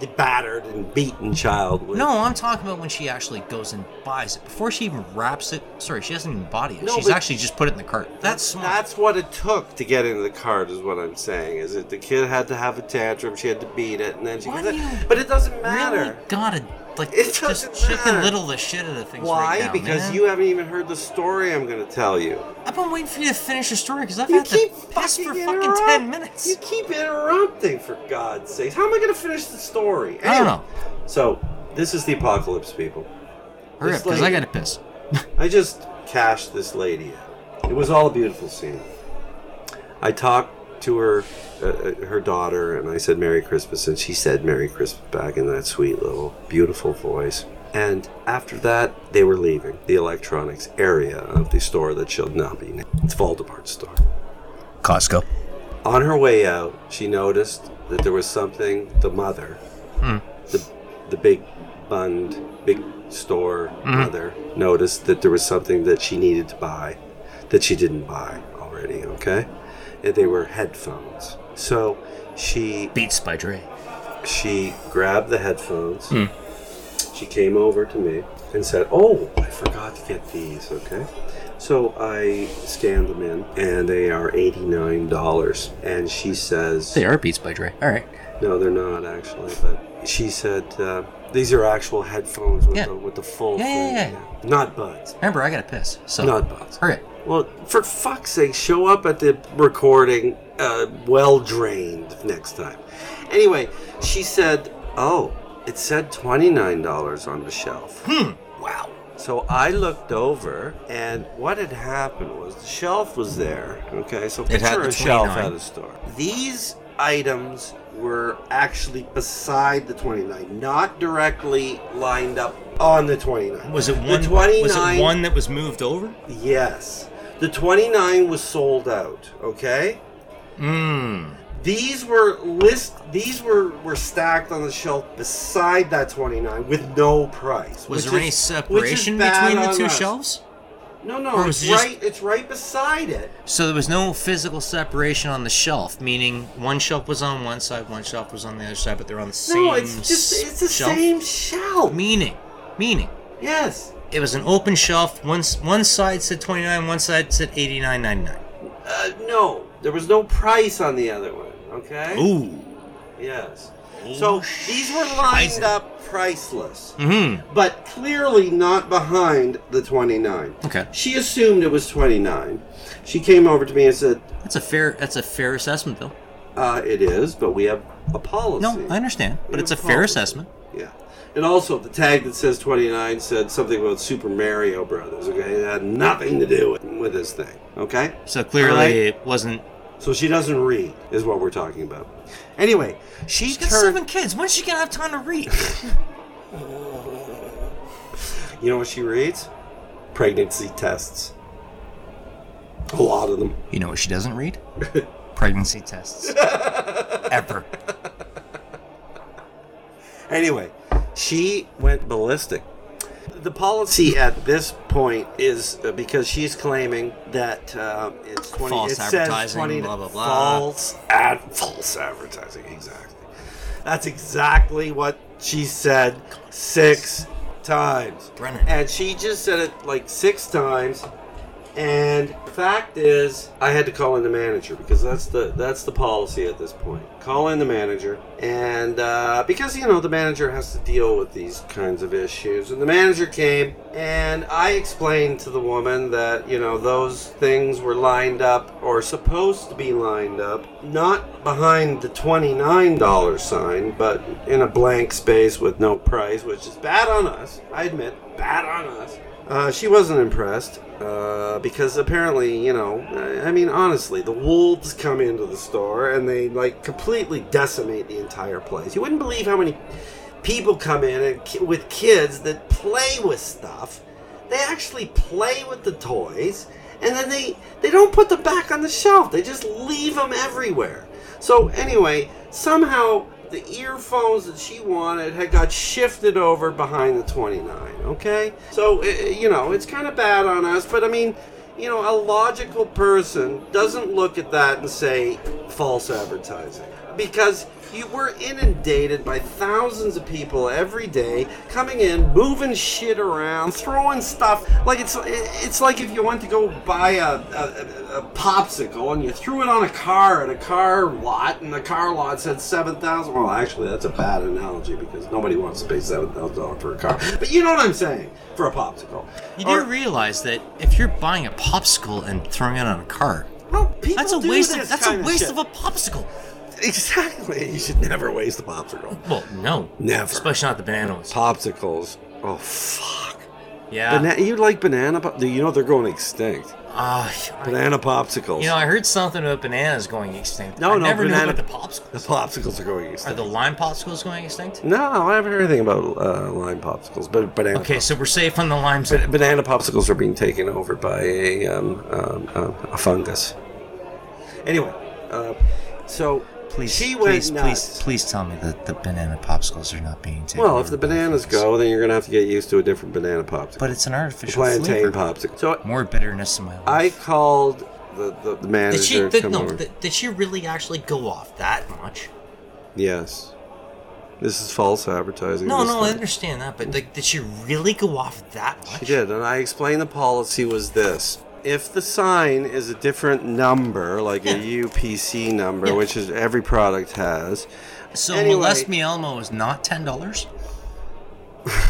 Speaker 1: the battered and beaten child. With,
Speaker 2: No, I'm talking about when she actually goes and buys it before she even wraps it. Sorry, she hasn't even bought it. yet.
Speaker 1: No,
Speaker 2: She's
Speaker 1: but-
Speaker 2: actually just put it in the cart. That's smart.
Speaker 1: that's what it took to get into the cart, is what I'm saying. Is that the kid had to have a tantrum, she had to beat it, and then she.
Speaker 2: Why
Speaker 1: goes,
Speaker 2: do you
Speaker 1: but it doesn't matter.
Speaker 2: really gotta like
Speaker 1: It
Speaker 2: just
Speaker 1: doesn't
Speaker 2: chicken
Speaker 1: matter.
Speaker 2: little the shit out of things.
Speaker 1: Why?
Speaker 2: Right now,
Speaker 1: because
Speaker 2: man.
Speaker 1: you haven't even heard the story I'm going to tell you.
Speaker 2: I've been waiting for you to finish your story because I've
Speaker 1: You
Speaker 2: had
Speaker 1: keep
Speaker 2: to piss
Speaker 1: fucking
Speaker 2: for fucking
Speaker 1: interrupt-
Speaker 2: ten minutes.
Speaker 1: You keep interrupting, for God's sake. How am I going to finish the story?
Speaker 2: I don't know.
Speaker 1: So, this is the apocalypse, people.
Speaker 2: Hurry up,
Speaker 1: This
Speaker 2: because I
Speaker 1: lady-
Speaker 2: gotta piss.
Speaker 1: I just cashed this lady out. It was all a beautiful scene. I talked to her, uh, uh, her daughter, and I said Merry Christmas, and she said Merry Christmas back in that sweet little beautiful voice. And after that, they were leaving the electronics area of the store that shall not be named. It's Valdemar's store.
Speaker 2: Costco.
Speaker 1: On her way out, she noticed that there was something the mother, the the big bund, big store mother, noticed that there was something that she needed to buy that she didn't buy already, okay? And they were headphones. So she
Speaker 2: Beats by Dre. Hmm.
Speaker 1: she grabbed the headphones She came over to me and said, "Oh, I forgot to get these." Okay, so I scanned them in, and they are eighty nine dollars. And she says,
Speaker 2: They are Beats by Dre. All right.
Speaker 1: "No, they're not actually." But she said, uh, "These are actual headphones with,
Speaker 2: Yeah.
Speaker 1: the, with the full
Speaker 2: Yeah,
Speaker 1: thing,
Speaker 2: yeah, Oh. yeah.
Speaker 1: yeah. not buds,
Speaker 2: Remember, I gotta piss. So.
Speaker 1: not buds."
Speaker 2: Hurry up.
Speaker 1: Well, for fuck's sake, show up at the recording uh, well drained next time. Anyway, she said, Oh, it said $29 on the shelf. Hmm. Wow. So I looked over, and what had happened was the shelf was there. Okay, so
Speaker 2: It
Speaker 1: picture
Speaker 2: had the
Speaker 1: a shelf
Speaker 2: 29.
Speaker 1: at a store. These items were actually beside the 29, not directly lined up on the 29.
Speaker 3: Was it
Speaker 1: The
Speaker 3: one? Was
Speaker 1: 29
Speaker 3: it one that was moved over?
Speaker 1: Yes. The 29 was sold out, okay?
Speaker 2: Hmm.
Speaker 3: Mmm.
Speaker 1: These were list these were were stacked on the shelf beside that 29 with no
Speaker 3: Was
Speaker 1: price. which
Speaker 3: there any
Speaker 1: is- which is
Speaker 3: separation
Speaker 1: bad
Speaker 3: between the
Speaker 1: on
Speaker 3: two
Speaker 1: us.
Speaker 3: shelves?
Speaker 1: No, no,
Speaker 2: Or
Speaker 1: it's
Speaker 2: was it just-
Speaker 1: right it's right beside it.
Speaker 2: So there was no physical separation on the shelf, meaning one shelf was on one side, one shelf was on the other side, but they're on the same.
Speaker 1: No, it's just it's the
Speaker 2: s- shelf.
Speaker 1: same shelf.
Speaker 2: Meaning, meaning,
Speaker 1: yes.
Speaker 2: it was an open shelf. One s- one side said twenty nine, one side said eighty nine ninety nine.
Speaker 1: Uh, no, there was no price on the other one, okay?
Speaker 3: Ooh.
Speaker 1: Yes. So these were lined up priceless.
Speaker 2: Mm-hmm.
Speaker 1: but clearly not behind the 29.
Speaker 2: Okay,
Speaker 1: She assumed it was 29. She came over to me and said,
Speaker 2: that's a fair that's a fair assessment, though.
Speaker 1: uh, It is, but we have a policy.
Speaker 2: No, I understand, but it's a
Speaker 1: Well,
Speaker 2: fair assessment.
Speaker 1: Yeah. And also, the tag that says 29 said something about Super Mario Brothers, okay? It had nothing to do with, with this thing, okay?
Speaker 2: So clearly,
Speaker 1: Alright.
Speaker 2: it wasn't.
Speaker 1: So she doesn't read, is what we're talking about. Anyway, she
Speaker 2: She's got
Speaker 1: turned.
Speaker 2: seven kids. When's she gonna have time to read?
Speaker 1: You know what she reads? Pregnancy tests. A lot of them.
Speaker 3: You know what she doesn't read? Pregnancy tests. Ever.
Speaker 1: Anyway, she went ballistic. The policy at this point is uh, because she's claiming that uh, it's 20,
Speaker 2: False
Speaker 1: it says
Speaker 2: advertising,
Speaker 1: 20
Speaker 2: blah, blah, blah.
Speaker 1: False ad, false advertising. Exactly. That's exactly what she said six times.
Speaker 2: Brennan.
Speaker 1: And she just said it like six times. And the fact is, I had to call in the manager because that's the that's the policy at this point. Call in the manager, and uh, because you know the manager has to deal with these kinds of issues. And the manager came, and I explained to the woman that you know those things were lined up or supposed to be lined up, not behind the twenty nine dollar sign, but in a blank space with no price, which is bad on us. I admit, bad on us. Uh, she wasn't impressed uh, because apparently, you know, I I mean, honestly, the wolves come into the store and they like completely decimate the entire place. You wouldn't believe how many people come in and ki- with kids that play with stuff. They actually play with the toys and then they they don't put them back on the shelf. They just leave them everywhere. So anyway, somehow the earphones that she wanted had got shifted over behind the 29. Okay, so i- i- you know it's kind of bad on us, but I mean, you know, a logical person doesn't look at that and say false advertising because. You were inundated by thousands of people every day coming in, moving shit around, throwing stuff. Like it's it's like if you went to go buy a, a, a popsicle and you threw it on a car at a car lot, and the car lot said seven thousand. Well, actually, that's a bad analogy because nobody wants to pay seven thousand dollars for a car. But you know what I'm saying for a popsicle.
Speaker 2: You
Speaker 1: Or-
Speaker 2: do realize that if you're buying a popsicle and throwing it on a car,
Speaker 1: well, people
Speaker 2: that's a
Speaker 1: do
Speaker 2: waste.
Speaker 1: this
Speaker 2: Of, that's a
Speaker 1: kind
Speaker 2: waste
Speaker 1: shit.
Speaker 2: of a popsicle.
Speaker 1: exactly. You should never waste a popsicle.
Speaker 2: Well, no,
Speaker 1: Never.
Speaker 2: Especially not the banana ones.
Speaker 1: Popsicles. Oh fuck.
Speaker 2: Yeah.
Speaker 1: Bana- you like banana pop? You know they're going extinct.
Speaker 2: Ah, I-
Speaker 1: Banana popsicles.
Speaker 2: you know, I heard something about bananas going extinct.
Speaker 1: No,
Speaker 2: I
Speaker 1: no,
Speaker 2: never
Speaker 1: banana-
Speaker 2: knew about the popsicles.
Speaker 1: the popsicles are going
Speaker 2: Are
Speaker 1: extinct.
Speaker 2: the lime popsicles going extinct?
Speaker 1: no, I haven't heard anything about uh, lime popsicles, but banana.
Speaker 2: Okay, so we're safe on the lime
Speaker 1: Ba-
Speaker 2: side.
Speaker 1: banana popsicles are being taken over by a um, um, um, a fungus. Anyway, uh, so
Speaker 3: Please,
Speaker 1: she went
Speaker 3: please,
Speaker 1: nuts.
Speaker 3: please, please tell me that the banana popsicles are not being taken.
Speaker 1: Well, if the
Speaker 3: over by
Speaker 1: bananas
Speaker 3: fungus.
Speaker 1: go, then you're gonna have to get used to a different banana popsicle,
Speaker 3: but it's an artificial
Speaker 1: plantain
Speaker 3: flavor.
Speaker 1: popsicle. So
Speaker 3: More bitterness in my life.
Speaker 1: I called the, the, the manager.
Speaker 2: Did she?
Speaker 1: to
Speaker 2: Did,
Speaker 1: come
Speaker 2: no,
Speaker 1: over.
Speaker 2: did, did she really actually go off that much?
Speaker 1: Yes. This is false advertising.
Speaker 2: No,
Speaker 1: this
Speaker 2: no, I
Speaker 1: thing.
Speaker 2: understand that, but like, did she really go off that much?
Speaker 1: She did, and I explained the policy was this. If the sign is a different number, like a UPC number,
Speaker 2: Yeah.
Speaker 1: which is every product has,
Speaker 2: So
Speaker 1: Anyway.
Speaker 2: molest me Elmo is not ten dollars.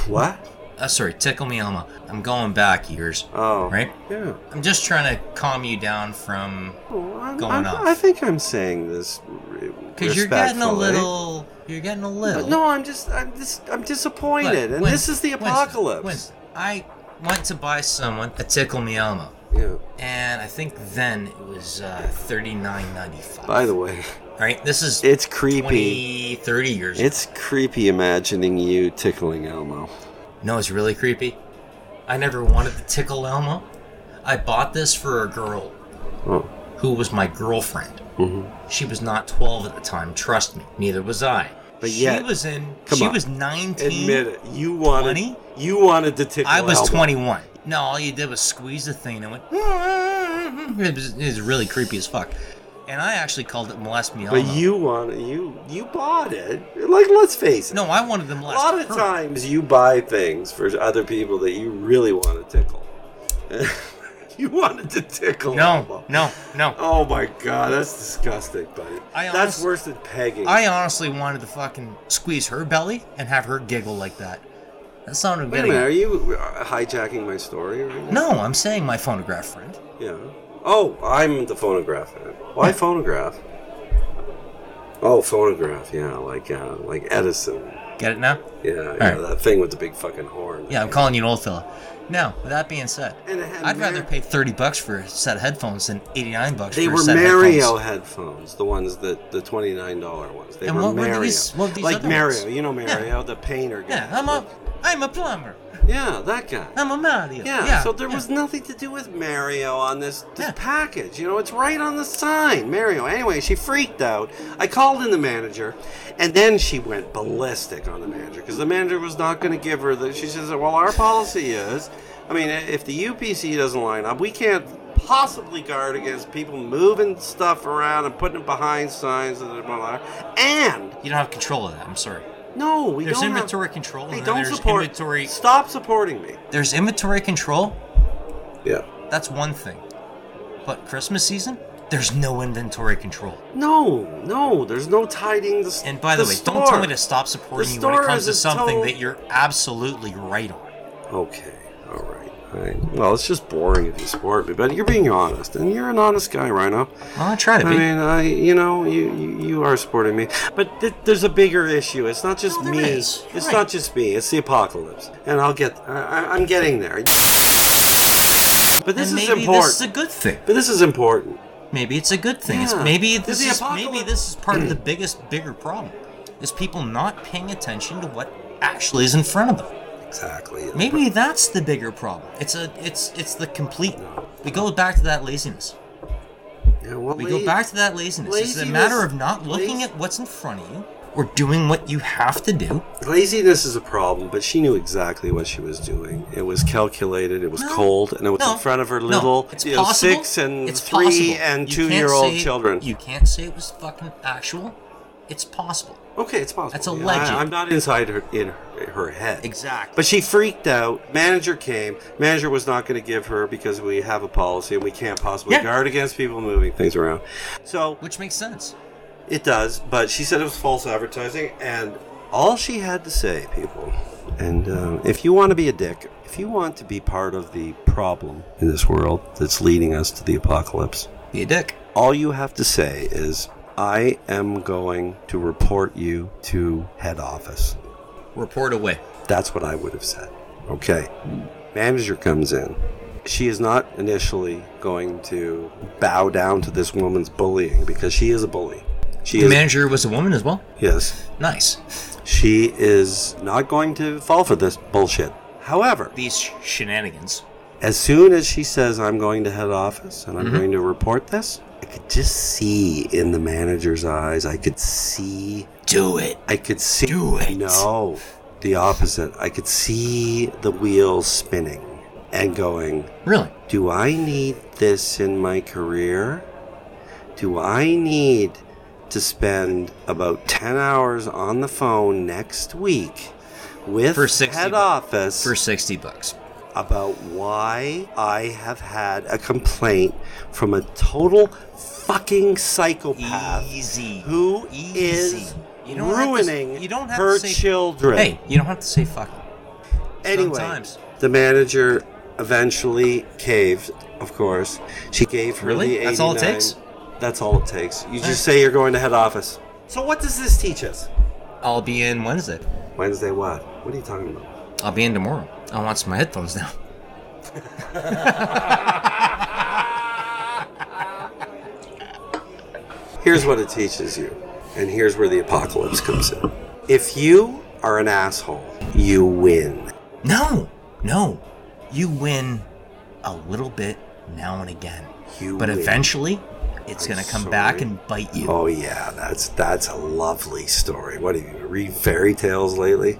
Speaker 1: what?
Speaker 2: Uh, sorry, tickle me Elmo. I'm going back years.
Speaker 1: Oh,
Speaker 2: Right?
Speaker 1: Yeah.
Speaker 2: I'm just trying to calm you down from
Speaker 1: Well, I'm,
Speaker 2: Going
Speaker 1: I'm-
Speaker 2: off.
Speaker 1: I think I'm saying this because
Speaker 2: because you're getting a little. You're getting a little.
Speaker 1: But no, I'm just I'm dis- I'm
Speaker 2: Look,
Speaker 1: disappointed, and
Speaker 2: Winston,
Speaker 1: this is the
Speaker 2: Winston,
Speaker 1: apocalypse.
Speaker 2: Winston, I went to buy someone a tickle me Elmo,
Speaker 1: Yeah.
Speaker 2: and I think then it was uh, thirty nine ninety five.
Speaker 1: By the way,
Speaker 2: all right, this is
Speaker 1: it's creepy.
Speaker 2: 20, 30 years. ago.
Speaker 1: It's creepy imagining you tickling Elmo.
Speaker 2: No, it's really creepy. I never wanted to tickle Elmo. I bought this for a girl
Speaker 1: Oh.
Speaker 2: who was my girlfriend.
Speaker 1: Mhm.
Speaker 2: She was not 12 at the time, trust me. Neither was I.
Speaker 1: But
Speaker 2: she
Speaker 1: yet-
Speaker 2: was in
Speaker 1: Come
Speaker 2: she
Speaker 1: on.
Speaker 2: was 19.
Speaker 1: Admit it. You wanted
Speaker 2: 20?
Speaker 1: you wanted to tickle.
Speaker 2: I was
Speaker 1: Elmo.
Speaker 2: 21. No, all you did was squeeze the thing and went it was, it was really creepy as fuck. And I actually called it molest me Elmo.
Speaker 1: But you wanted you you bought it. Like let's face it.
Speaker 2: No, I wanted to
Speaker 1: a
Speaker 2: molest
Speaker 1: lot of
Speaker 2: her.
Speaker 1: times you buy things for other people that you really want to tickle. you wanted to tickle.
Speaker 3: No,
Speaker 1: Elmo.
Speaker 3: no, no.
Speaker 1: Oh my god, that's disgusting, buddy.
Speaker 3: I
Speaker 1: that's
Speaker 3: honest-
Speaker 1: worse than pegging.
Speaker 3: I-
Speaker 2: I honestly wanted to fucking squeeze her belly and have her giggle like that. That sounded
Speaker 1: Wait a
Speaker 2: good.
Speaker 1: minute, are you uh, hijacking my story right now?
Speaker 2: No, I'm saying my phonograph friend.
Speaker 1: Yeah. Oh, I'm the phonograph man. Why phonograph? Oh, phonograph. Yeah, like uh, like Edison.
Speaker 2: Get it now?
Speaker 1: Yeah, yeah
Speaker 2: right.
Speaker 1: that thing with the big fucking horn.
Speaker 2: Yeah, I'm calling you an old fella. Now, with that being said,
Speaker 1: And it had
Speaker 2: I'd rather
Speaker 1: Mar-
Speaker 2: pay 30 bucks for a set of headphones than 89 bucks
Speaker 1: They
Speaker 2: for
Speaker 1: were
Speaker 2: a set of
Speaker 1: Mario
Speaker 2: headphones.
Speaker 1: headphones, the ones that the twenty nine dollar ones. They
Speaker 2: And
Speaker 1: were
Speaker 2: what were
Speaker 1: Mario,
Speaker 2: these- what were these
Speaker 1: like
Speaker 2: other
Speaker 1: Mario.
Speaker 2: ones?
Speaker 1: You know Mario, the painter guy.
Speaker 2: Yeah, I'm a, I'm a plumber.
Speaker 1: yeah, that guy.
Speaker 2: I'm a Mario.
Speaker 1: Yeah,
Speaker 2: yeah
Speaker 1: so there
Speaker 2: yeah.
Speaker 1: was nothing to do with Mario on this, this
Speaker 2: Yeah.
Speaker 1: package. You know, it's right on the sign, Mario. Anyway, she freaked out. I called in the manager, and then she went ballistic on the manager because the manager was not going to give her the. She says, Well, our policy is, I mean, if the UPC doesn't line up, we can't possibly guard against people moving stuff around and putting it behind signs and blah, blah, blah. And,
Speaker 2: You don't have control of that. I'm sorry.
Speaker 1: no, we
Speaker 3: There's
Speaker 1: don't. have-
Speaker 3: inventory control.
Speaker 1: Hey,
Speaker 3: and then
Speaker 1: don't
Speaker 3: there's
Speaker 1: support.
Speaker 3: inventory.
Speaker 1: Stop supporting me.
Speaker 2: There's inventory control.
Speaker 1: Yeah.
Speaker 2: That's one thing. But Christmas season, there's no inventory control.
Speaker 1: No, no, there's no tiding the s-
Speaker 2: And by the, way, don't
Speaker 1: store.
Speaker 2: tell me to stop supporting
Speaker 1: The
Speaker 2: you when it
Speaker 1: store
Speaker 2: comes to
Speaker 1: is a
Speaker 2: something
Speaker 1: total-
Speaker 2: that you're absolutely right on.
Speaker 1: Okay, all right, all right. Well, it's just boring if you support me, but you're being honest, and you're an honest guy, Rhino.
Speaker 2: Well, I try to
Speaker 1: I
Speaker 2: be.
Speaker 1: mean, I, you know, you you, you are supporting me, but th- there's a bigger issue. It's not just
Speaker 2: No, Oh, there
Speaker 1: me.
Speaker 2: is. You're
Speaker 1: It's
Speaker 2: right.
Speaker 1: not just me. It's the apocalypse, and I'll get. I, I- I'm getting there. But this
Speaker 2: and
Speaker 1: is
Speaker 2: maybe
Speaker 1: important.
Speaker 2: this is a good thing.
Speaker 1: but this is important.
Speaker 2: Maybe it's a good thing. It's,
Speaker 1: Yeah.
Speaker 2: maybe
Speaker 1: This
Speaker 2: this
Speaker 1: is the
Speaker 2: is maybe
Speaker 1: apocalypse.
Speaker 2: this is part of the biggest, bigger problem. Is people not paying attention to what actually is in front of them.
Speaker 1: Exactly.
Speaker 2: Maybe that's the bigger problem. It's a it's it's the complete. We go back to that laziness.
Speaker 1: Yeah, well,
Speaker 2: We go
Speaker 1: la-
Speaker 2: back to that laziness. it's a
Speaker 1: laziness-
Speaker 2: matter of not looking
Speaker 1: laz-
Speaker 2: at what's in front of you or doing what you have to do.
Speaker 1: Laziness is a problem, but she knew exactly what she was doing. It was calculated, it was
Speaker 2: No.
Speaker 1: cold, and it was
Speaker 2: No.
Speaker 1: in front of her
Speaker 2: No.
Speaker 1: little
Speaker 2: It's
Speaker 1: you know,
Speaker 2: possible.
Speaker 1: six and
Speaker 2: It's
Speaker 1: three
Speaker 2: possible.
Speaker 1: and
Speaker 2: You
Speaker 1: two
Speaker 2: can't
Speaker 1: year old
Speaker 2: say-
Speaker 1: children.
Speaker 2: You can't say it was fucking actual. It's possible.
Speaker 1: okay, it's possible.
Speaker 2: That's a
Speaker 1: Yeah,
Speaker 2: legend.
Speaker 1: I, am not inside her in her, her head.
Speaker 2: Exactly.
Speaker 1: But she freaked out. Manager came. Manager was not going to give her because we have a policy and we can't possibly
Speaker 2: Yeah.
Speaker 1: guard against people moving things around. So
Speaker 2: Which makes sense.
Speaker 1: It does, but she said it was false advertising, and all she had to say, people, and um, if you want to be a dick, if you want to be part of the problem in this world that's leading us to the apocalypse,
Speaker 2: Be a dick.
Speaker 1: all you have to say is, I am going to report you to head office.
Speaker 2: Report away.
Speaker 1: That's what I would have said. Okay. Manager comes in. She is not initially going to bow down to this woman's bullying because she is a bully. She
Speaker 2: The
Speaker 1: is.
Speaker 2: manager was a woman as well.
Speaker 1: yes.
Speaker 2: Nice.
Speaker 1: She is not going to fall for this bullshit. However,
Speaker 2: These sh- shenanigans.
Speaker 1: as soon as she says, I'm going to head office and I'm
Speaker 2: Mm-hmm.
Speaker 1: going to report this, I could just see in the manager's eyes, I could see,
Speaker 2: Do it.
Speaker 1: I could see.
Speaker 2: Do it.
Speaker 1: No, the opposite. I could see the wheels spinning and going,
Speaker 2: Really?
Speaker 1: Do I need this in my career? Do I need to spend about 10 hours on the phone next week with
Speaker 2: For 60
Speaker 1: head
Speaker 2: bucks.
Speaker 1: office
Speaker 2: for 60 bucks.
Speaker 1: about why I have had a complaint from a total fucking psychopath
Speaker 2: Easy.
Speaker 1: who
Speaker 2: Easy.
Speaker 1: is
Speaker 2: You don't have to s-
Speaker 1: ruining
Speaker 2: you don't have
Speaker 1: her
Speaker 2: to say-
Speaker 1: children.
Speaker 2: Hey, you don't have to say fucking.
Speaker 1: Anyway,
Speaker 2: Sometimes.
Speaker 1: the manager eventually caved, of course. She gave her
Speaker 3: Really?
Speaker 1: the
Speaker 3: That's all it
Speaker 1: 89.
Speaker 3: takes?
Speaker 1: That's all it takes. You
Speaker 3: Hey.
Speaker 1: just say you're going to head office. So what does this teach us?
Speaker 3: I'll be in Wednesday.
Speaker 1: Wednesday what? What are you talking about?
Speaker 2: I'll be in tomorrow. I want some headphones now.
Speaker 1: Here's what it teaches you, and here's where the apocalypse comes in. If you are an asshole, you win.
Speaker 2: No, no. You win a little bit now and again.
Speaker 1: You
Speaker 2: but
Speaker 1: win.
Speaker 2: eventually, it's
Speaker 1: I'm
Speaker 2: going to come
Speaker 1: sorry.
Speaker 2: back and bite you.
Speaker 1: Oh yeah, that's that's a lovely story. What have you read fairy tales lately?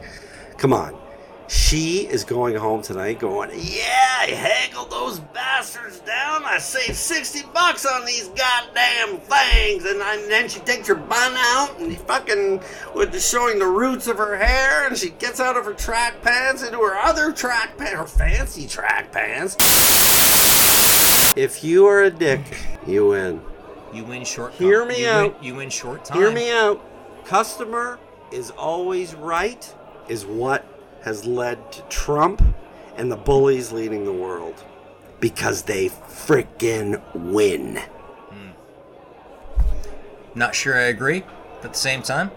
Speaker 1: Come on. She is going home tonight going, Yeah, I haggled those bastards down. I saved sixty bucks on these goddamn things and, I, then she takes her bun out and fucking with the showing the roots of her hair and she gets out of her track pants into her other track pants her fancy track pants. If you are a dick, you win.
Speaker 2: You win short.
Speaker 1: Hear me
Speaker 2: you
Speaker 1: out.
Speaker 2: Win, you win short time.
Speaker 1: Hear me out. Customer is always right, is what has led to Trump and the bullies leading the world because they frickin' win.
Speaker 2: Not sure I agree, but at the same time,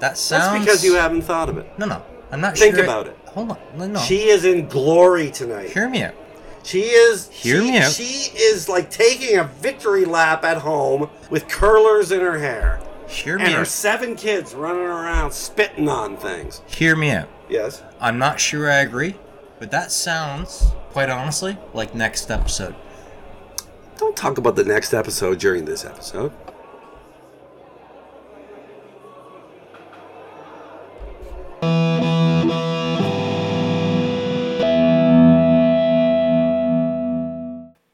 Speaker 2: that sounds.
Speaker 1: That's because you haven't thought of it.
Speaker 2: No, no. I'm not
Speaker 1: Think
Speaker 2: sure.
Speaker 1: about it.
Speaker 2: Hold on. No, no.
Speaker 1: She is in glory tonight.
Speaker 2: Oh. Hear me out.
Speaker 1: She is.
Speaker 2: Hear
Speaker 1: she,
Speaker 2: me out.
Speaker 1: She is like taking a victory lap at home with curlers in her hair
Speaker 2: Hear me
Speaker 1: and her
Speaker 2: out.
Speaker 1: seven kids running around spitting on things.
Speaker 2: Hear me out.
Speaker 1: Yes.
Speaker 2: I'm not sure I agree, but that sounds, quite honestly, like next episode.
Speaker 1: Don't talk about the next episode during this episode.